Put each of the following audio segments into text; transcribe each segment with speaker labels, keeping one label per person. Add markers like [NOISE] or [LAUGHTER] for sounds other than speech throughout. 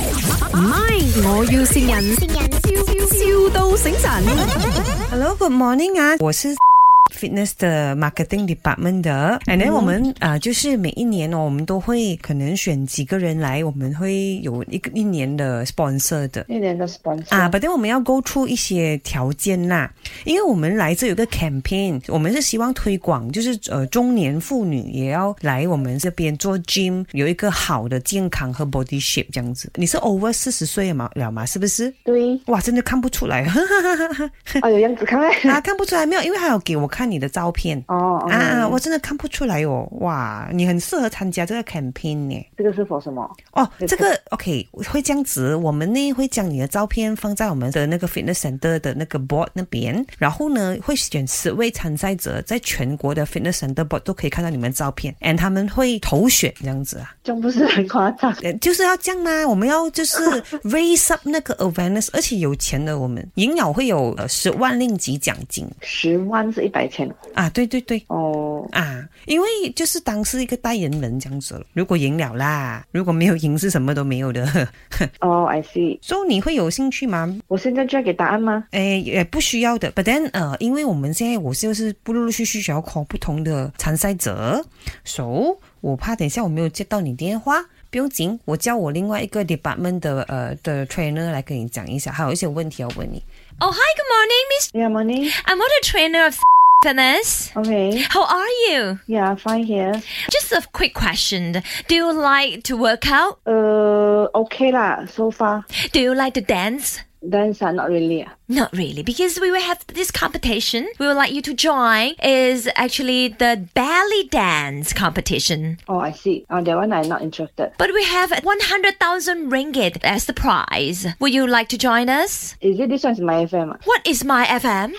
Speaker 1: 唔係，我要善人，笑笑到醒神。
Speaker 2: Hello，Good morning 啊，我是 [LAUGHS] Fitness 的 Marketing Department 的，and then 我们啊、呃就是每一年哦，我们都会可能选几个人来，我们会有一个一年的 sponsor 的。
Speaker 3: 一年的 sponsor
Speaker 2: 啊，反正我们要勾出一些条件啦，因为我们来自有一个 campaign，我们是希望推广，就是呃中年妇女也要来我们这边做 gym，有一个好的健康和 body shape 这样子。你是 over 四十岁了嘛了嘛，是不是？
Speaker 3: 对，
Speaker 2: 哇，真的看不出来， [LAUGHS]
Speaker 3: 哦，有样子 [LAUGHS] 看看。
Speaker 2: 啊，看不出来没有，因为他有给我看你的照片。
Speaker 3: 哦，
Speaker 2: 啊啊！
Speaker 3: 嗯
Speaker 2: 我真的看不出来哦，哇，你很适合参加这个 campaign 呢。
Speaker 3: 这个是 for 什么？
Speaker 2: 哦，
Speaker 3: 对
Speaker 2: 这个 OK 会这样子，我们呢会将你的照片放在我们的那个 fitness center 的那个 board 那边，然后呢会选十位参赛者，在全国的 fitness center board 都可以看到你们照片，and 他们会投选这样子啊。
Speaker 3: 这样不是很夸张？
Speaker 2: 呃，就是要这样嘛，我们要就是 raise up 那个 awareness，而且有钱的我们赢了会有呃十万令吉奖金
Speaker 3: [LAUGHS] 十万是一百千
Speaker 2: 啊，对对对。
Speaker 3: 哦，
Speaker 2: 啊，因为就是当是一个代言人这样子了。如果赢了啦，如果没有赢是什么都没有的。 [LAUGHS]
Speaker 3: 哦，I see。
Speaker 2: 所、以你会有兴趣吗？
Speaker 3: 我现在就要给答案吗？
Speaker 2: 诶，也不需要的。But then，呃，因为我们现在我就是不陆陆续续想要 call 不同的参赛者，so 我怕等一下我没有接到你电话，不用紧，我叫我另外一个 department 的呃的 trainer 来跟你讲一下，还有一些问题要问你。
Speaker 4: Oh, hi, good morning, Miss.
Speaker 3: 你 e a money。
Speaker 4: I'm not a trainer of fitness.
Speaker 3: OK。
Speaker 4: How are you?
Speaker 3: Yeah, fine here.
Speaker 4: Just a quick question. Do you like to work out?
Speaker 3: 呃，OK 啦，so far.
Speaker 4: Do you like to dance?
Speaker 3: Dance are not really. 啊
Speaker 4: Not really, because we will have this competition. We would like you to join is actually the belly dance competition.
Speaker 3: Oh, I see. 啊、t h a t one I'm not interested.
Speaker 4: But we have 100,000 ringgit as the prize. Would you like to join us?
Speaker 3: Is it this one is my FM 啊？
Speaker 4: What is my FM?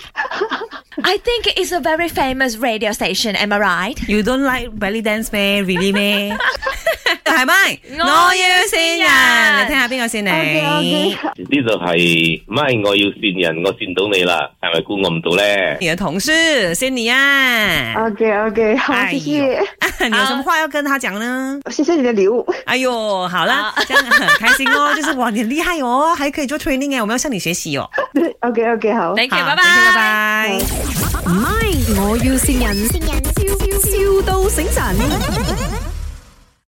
Speaker 4: [LAUGHS] I think it's a very famous radio station, am I right?
Speaker 2: You don't like belly dance 咩？Really [LAUGHS] 咩？係 [LAUGHS] 咪？
Speaker 4: 我
Speaker 2: 我要
Speaker 4: 要
Speaker 2: 先
Speaker 4: 先
Speaker 2: 人，
Speaker 4: 人
Speaker 2: 你聽下邊個先你？
Speaker 3: OK，OK
Speaker 5: 呢度係咪我要善人，我善到你啦，係咪估我唔到咧？
Speaker 2: 你的同事先你啊，
Speaker 3: OK OK，好， [LAUGHS]
Speaker 2: 哎
Speaker 3: 谢
Speaker 2: 呦
Speaker 3: 谢，
Speaker 2: [LAUGHS] 你有什么话要跟他讲呢？
Speaker 3: 谢谢你的礼物。 [LAUGHS]
Speaker 2: 哎呦，好啦，这样很开心哦，就是哇，你很厉害哦，还可以做 training 哎，我们要向你学习哦。
Speaker 3: OK OK，好。
Speaker 4: Ah, Thank
Speaker 2: 好
Speaker 4: you,
Speaker 2: 再
Speaker 4: bye
Speaker 2: 见拜
Speaker 4: bye.
Speaker 2: 拜。
Speaker 1: 唔係，我要善人，笑笑到醒神。